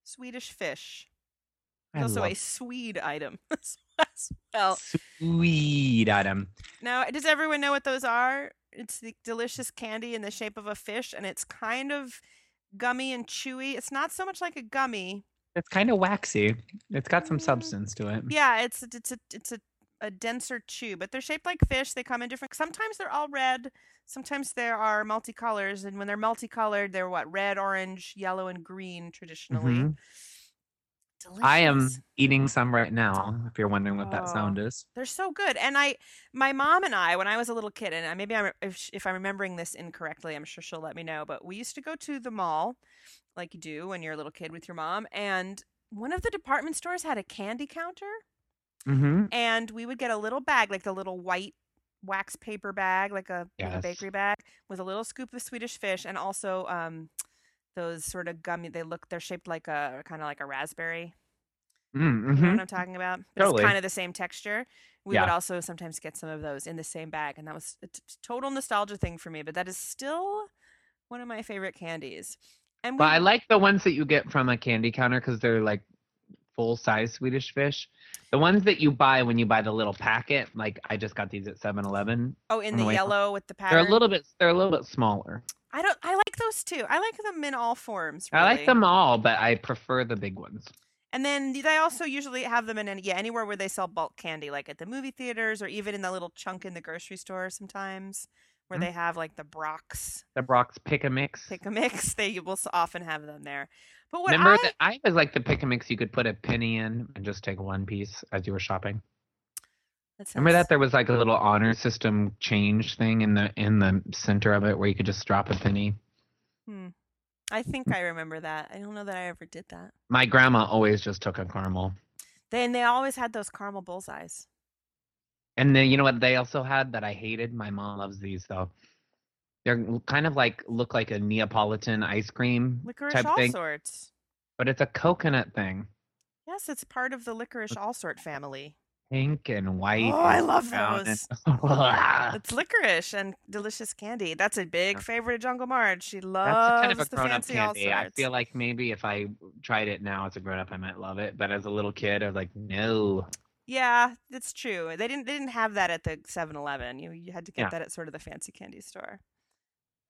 Speaker 1: Swedish fish?
Speaker 2: I
Speaker 1: It's also
Speaker 2: love
Speaker 1: a Swede item as well.
Speaker 2: sweet item.
Speaker 1: Now, does everyone know what those are? It's the delicious candy in the shape of a fish, and it's kind of gummy and chewy. It's not so much like a gummy.
Speaker 2: It's kind of waxy. It's got some
Speaker 1: Mm.
Speaker 2: substance to it.
Speaker 1: Yeah, it's it's a it's a, a denser chew, but they're shaped like fish. They come in different. Sometimes they're all red. Sometimes there are multicolors, and when they're multicolored, they're what red, orange, yellow, and green traditionally.
Speaker 2: Mhm. Mm-hmm. I am
Speaker 1: Delicious.
Speaker 2: eating some right now. If you're wondering what that
Speaker 1: Oh.
Speaker 2: sound is,
Speaker 1: They're so good. And I, my mom and I, when I was a little kid, and I- maybe I'm, if, sh- if I'm remembering this incorrectly, I'm sure she'll let me know, but we used to go to the mall like you do when you're a little kid with your mom. And one of the department stores had a candy counter,
Speaker 2: mm-hmm.
Speaker 1: and we would get a little bag, like the little white wax paper bag, like a, like a
Speaker 2: Yes.
Speaker 1: bakery bag, with a little scoop of Swedish fish and also um, those sort of gummy, they look, they're shaped like a kind of like a raspberry. You know
Speaker 2: Mm-hmm.
Speaker 1: what I'm talking about?
Speaker 2: Totally.
Speaker 1: It's kind of the same texture. We would
Speaker 2: Yeah.
Speaker 1: also sometimes get some of those in the same bag, and that was a t- t- total nostalgia thing for me. But that is still one of my favorite candies. And
Speaker 2: but I
Speaker 1: we-
Speaker 2: like the ones that you get from a candy counter because they're like full size Swedish fish. The ones that you buy when you buy the little packet, like I just got these at 7-Eleven.
Speaker 1: oh, in
Speaker 2: on
Speaker 1: the
Speaker 2: the way home.
Speaker 1: yellow with the
Speaker 2: They're
Speaker 1: pattern.
Speaker 2: a little bit they're a little bit smaller.
Speaker 1: I don't. I like those too. I like them in all forms.
Speaker 2: I like
Speaker 1: really.
Speaker 2: them all, but I prefer the big ones.
Speaker 1: And then they also usually have them in any, yeah anywhere where they sell bulk candy, like at the movie theaters or even in the little chunk in the grocery store sometimes, where
Speaker 2: Mhm.
Speaker 1: they have like the Brock's
Speaker 2: The Brock's Pick a Mix.
Speaker 1: pick a mix. They will s- often have them there. But what
Speaker 2: Remember
Speaker 1: I
Speaker 2: that I was like the pick a mix you could put a penny in and just take one piece as you were shopping. Remember
Speaker 1: sounds-
Speaker 2: that there was like a little honor system change thing in the in the center of it where you could just drop a penny.
Speaker 1: I think
Speaker 2: Mm.
Speaker 1: I remember that. I don't know that I ever did that.
Speaker 2: My grandma always just took a caramel.
Speaker 1: Then they always had those caramel bullseyes.
Speaker 2: And then you know what they also had that I hated? My mom loves these though. They're l- kind of like look like a Neapolitan ice cream
Speaker 1: Licorice
Speaker 2: type
Speaker 1: all
Speaker 2: thing,
Speaker 1: sorts.
Speaker 2: but it's a coconut thing.
Speaker 1: Yes, it's part of the licorice all sort family.
Speaker 2: Pink and white.
Speaker 1: Oh, I
Speaker 2: and
Speaker 1: love
Speaker 2: brown
Speaker 1: those.
Speaker 2: And
Speaker 1: It's licorice and delicious candy. That's a big
Speaker 2: Yeah.
Speaker 1: favorite of Jungle Marge. She
Speaker 2: That's
Speaker 1: loves
Speaker 2: a kind of a
Speaker 1: the
Speaker 2: grown up
Speaker 1: fancy
Speaker 2: candy.
Speaker 1: all
Speaker 2: I
Speaker 1: sorts.
Speaker 2: feel like maybe if I tried it now as a grown up, I might love it. But as a little kid, I was like, no.
Speaker 1: yeah, it's true. They didn't they didn't have that at the 7-Eleven. You you had to get
Speaker 2: Yeah.
Speaker 1: that at sort of the fancy candy store.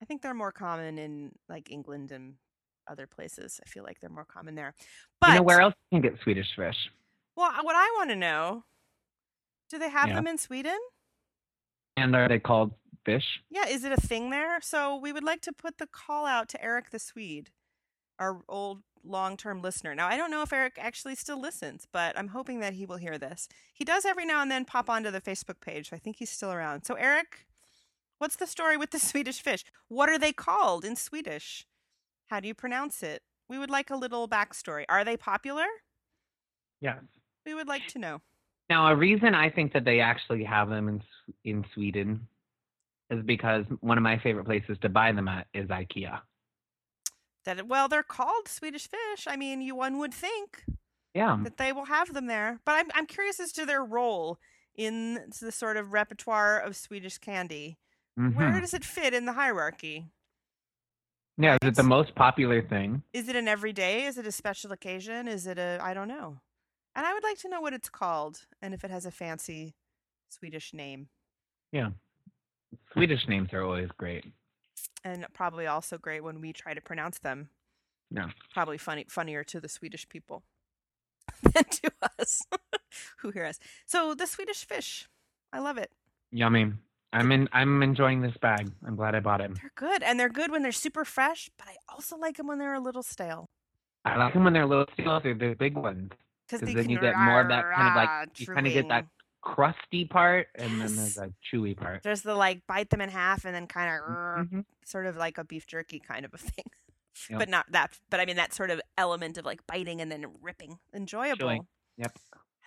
Speaker 1: I think they're more common in like England and other places. I feel like they're more common there. But
Speaker 2: you know where else you can get Swedish fish?
Speaker 1: Well, I- what I want to know, do they have
Speaker 2: Yeah.
Speaker 1: them in Sweden?
Speaker 2: And are they called fish?
Speaker 1: Yeah, is it a thing there? So we would like to put the call out to Eric the Swede, our old long-term listener. Now, I don't know if Eric actually still listens, but I'm hoping that he will hear this. He does every now and then pop onto the Facebook page, so I think he's still around. So Eric, what's the story with the Swedish fish? What are they called in Swedish? How do you pronounce it? We would like a little backstory. Are they popular?
Speaker 2: Yes.
Speaker 1: We would like to know.
Speaker 2: Now, a reason I think that they actually have them in S- in Sweden is because one of my favorite places to buy them at is IKEA.
Speaker 1: that it- well they're called swedish fish i mean you one would think
Speaker 2: Yeah.
Speaker 1: that they will have them there but i'm, I'm curious as to their role in the sort of repertoire of Swedish candy. Where
Speaker 2: Mhm.
Speaker 1: does it fit in the hierarchy?
Speaker 2: Yeah, is it the most popular thing?
Speaker 1: Is it an everyday? Is it a special occasion? Is it a I don't know. And I would like to know what it's called and if it has a fancy Swedish name
Speaker 2: Swedish names are always great.
Speaker 1: and probably also great when we try to pronounce them.
Speaker 2: Yeah.
Speaker 1: Probably funny funnier to the Swedish people than to us who hear us. So the Swedish fish. I love it.
Speaker 2: Yummy. I'm in. I'm enjoying this bag. I'm glad I bought it.
Speaker 1: They're good and they're good when they're super fresh, but I also like them when they're a little stale.
Speaker 2: I like them when they're little seals. They're the big ones.
Speaker 1: Because
Speaker 2: 'Cause
Speaker 1: they
Speaker 2: then
Speaker 1: can
Speaker 2: you get more of that kind of like-
Speaker 1: rah-rah
Speaker 2: you kinda get that
Speaker 1: chewing.
Speaker 2: Crusty part, and then there's
Speaker 1: Yes. Uh,
Speaker 2: a chewy part.
Speaker 1: There's the like bite them in half and then kind of
Speaker 2: Mhm.
Speaker 1: sort of like a beef jerky kind of a thing.
Speaker 2: Yeah.
Speaker 1: But not that, but I mean that sort of element of like biting and then ripping. Enjoyable.
Speaker 2: Yep.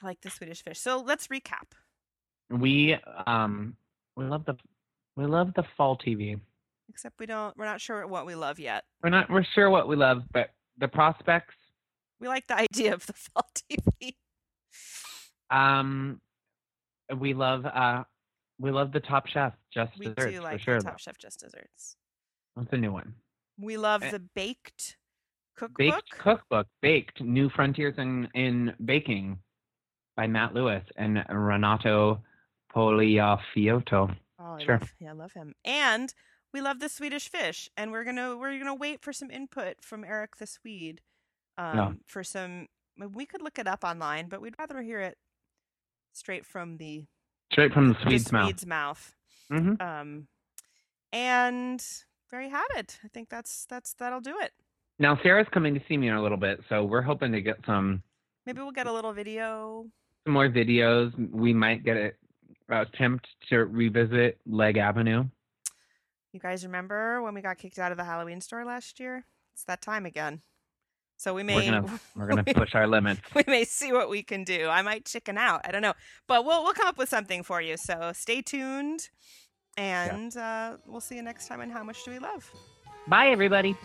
Speaker 1: I like the Swedish fish. So let's recap.
Speaker 2: We um we love the we love the fall TV.
Speaker 1: Except we don't, we're not sure what we love yet.
Speaker 2: We're not we're sure what we love, but the prospects.
Speaker 1: We like the idea of the fall TV.
Speaker 2: Um, we love uh we love the Top Chef. Just
Speaker 1: We
Speaker 2: desserts
Speaker 1: do
Speaker 2: for
Speaker 1: like
Speaker 2: sure.
Speaker 1: the
Speaker 2: though.
Speaker 1: Top Chef Just Desserts.
Speaker 2: That's a new one.
Speaker 1: We love
Speaker 2: Eh,
Speaker 1: the baked cookbook.
Speaker 2: Baked cookbook, baked new frontiers in in baking, by Matt Lewis and Renato Poliafiotto.
Speaker 1: Oh, I
Speaker 2: Sure.
Speaker 1: love, yeah, I love him. And we love the Swedish fish, and we're gonna we're gonna wait for some input from Eric the Swede, um, for some. I mean, We could look it up online, but we'd rather hear it straight from the,
Speaker 2: Straight from the
Speaker 1: the
Speaker 2: Swede's mouth.
Speaker 1: Swede's mouth.
Speaker 2: hmm
Speaker 1: Um, and there you have it. I think that's that's that'll do it.
Speaker 2: Now Sarah's coming to see me in a little bit, so we're hoping to get some
Speaker 1: Maybe we'll get a little video.
Speaker 2: some more videos. We might get a a attempt to revisit Leg Avenue.
Speaker 1: You guys remember when we got kicked out of the Halloween store last year? It's that time again. So we may
Speaker 2: gonna- We're gonna push our limits.
Speaker 1: we may see what we can do. I might chicken out. I don't know, but we'll we'll come up with something for you. So stay tuned, and uh, we'll see you next time. And how much do we love?
Speaker 2: Bye, everybody.